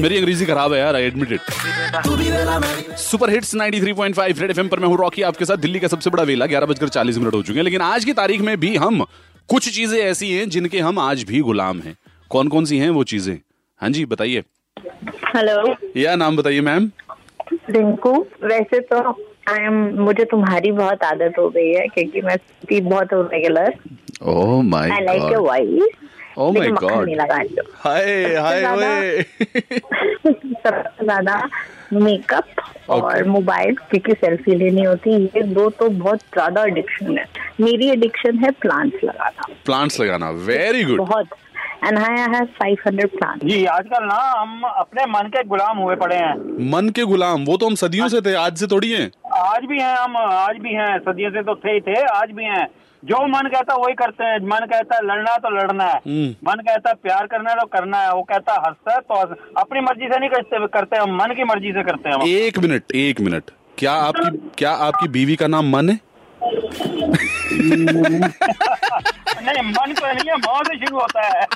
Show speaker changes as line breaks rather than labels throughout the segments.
मेरी अंग्रेजी खराब है यार I admit super hits 93.5 red FM पर मैं हूं रॉकी आपके साथ दिल्ली का सबसे बड़ा वेला ग्यारह बजकर चालीस मिनट हो चुके हैं लेकिन आज की तारीख में भी हम कुछ चीजें ऐसी हैं जिनके हम आज भी गुलाम हैं कौन कौन सी हैं वो चीजें हाँ जी बताइए
हेलो
या नाम बताइए मैम
रिंकू वैसे तो आई एम मुझे तुम्हारी बहुत आदत हो गई है क्योंकि मैं पी बहुत हूँ regular
oh my
I like your voice
Oh my God.
नहीं लगा लो
हाय हाय
ज्यादा-
ओए
सबसे ज्यादा मेकअप और
Okay.
मोबाइल क्योंकि सेल्फी लेनी होती है ये दो तो बहुत ज्यादा एडिक्शन है मेरी एडिक्शन है प्लांट्स लगाना
प्लांट्स लगाना वेरी गुड
बहुत एंड आई हैव 500 प्लांट्स
जी आजकल ना हम अपने मन के गुलाम हुए पड़े हैं
मन के गुलाम वो तो हम सदियों से थे आज से थोड़ी हैं
आज भी हैं हम आज भी हैं सदियों से तो थे ही थे आज भी हैं जो मन कहता है वही करते हैं मन कहता है लड़ना है तो लड़ना है
हम्म।
मन कहता है प्यार करना है तो करना है वो कहता है हंसता है तो हंस अपनी मर्जी से नहीं करते करते हम मन की मर्जी से करते हैं हम।
एक मिनट एक मिनट क्या आपकी क्या आपकी बीवी का नाम मन है
नहीं मन तो नहीं है भाव से शुरू होता है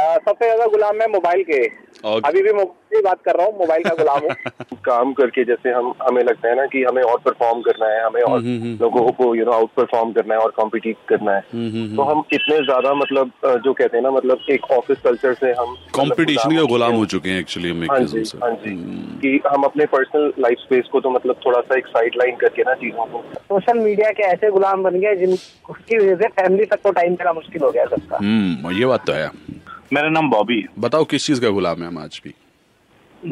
आ, सबसे ज्यादा गुलाम मैं मोबाइल के
Okay.
अभी भी मोबाइल की बात कर रहा हूँ मोबाइल का गुलाम हूँ काम करके जैसे हम हमें लगता है ना कि हमें और परफॉर्म करना है हमें
हम्म,
और लोगों को यू नो आउट परफॉर्म करना है और कॉम्पिटिट करना
हम्म,
है तो हम इतने ज्यादा मतलब अ, जो कहते हैं ना मतलब एक ऑफिस कल्चर से हम मतलब
कंपटीशन के
हो
गुलाम
चुके
हो
हैं।
चुके हैं हम्म। एक्चुअली हम एक
हाँ
किस्म
जी
से
हाँ जी कि हम अपने पर्सनल लाइफ स्पेस को तो मतलब थोड़ा सा एक साइड लाइन करके ना चीजों को
सोशल मीडिया के ऐसे गुलाम बन गए जिनकी वजह से फैमिली तक को
तो
टाइम देना मुश्किल हो गया है सबका
हम्म ये बात तो है
मेरा नाम बॉबी है
बताओ किस चीज का गुलाम है हम आज भी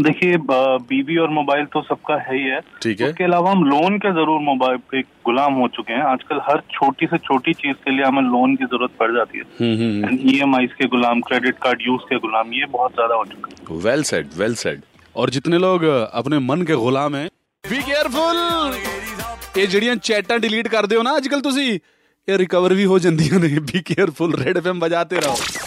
देखिए ब- बीवी और मोबाइल तो सबका है ही है
ठीक है।
उसके अलावा हम लोन के जरूर मोबाइल पे गुलाम हो चुके हैं आजकल हर छोटी से छोटी चीज के लिए हमें लोन की जरूरत पड़ जाती है
हम्म, हम्म,
ई एम आई E के गुलाम क्रेडिट कार्ड यूज के गुलाम ये बहुत ज्यादा हो चुका है
हम्म। वेल सेड वेल सेड और जितने लोग अ, अपने मन के गुलाम हैं बी केयरफुल ये जड़ियां चैटां डिलीट कर दो ना आजकल ਤੁਸੀਂ ਇਹ ਰਿਕਵਰ ਵੀ ਹੋ ਜਾਂਦੀਆਂ ਨੇ ਬੀ ਕੇਅਰਫੁਲ ਰੈਡ ਐਫਐਮ ਵਜਾਤੇ ਰਹੋ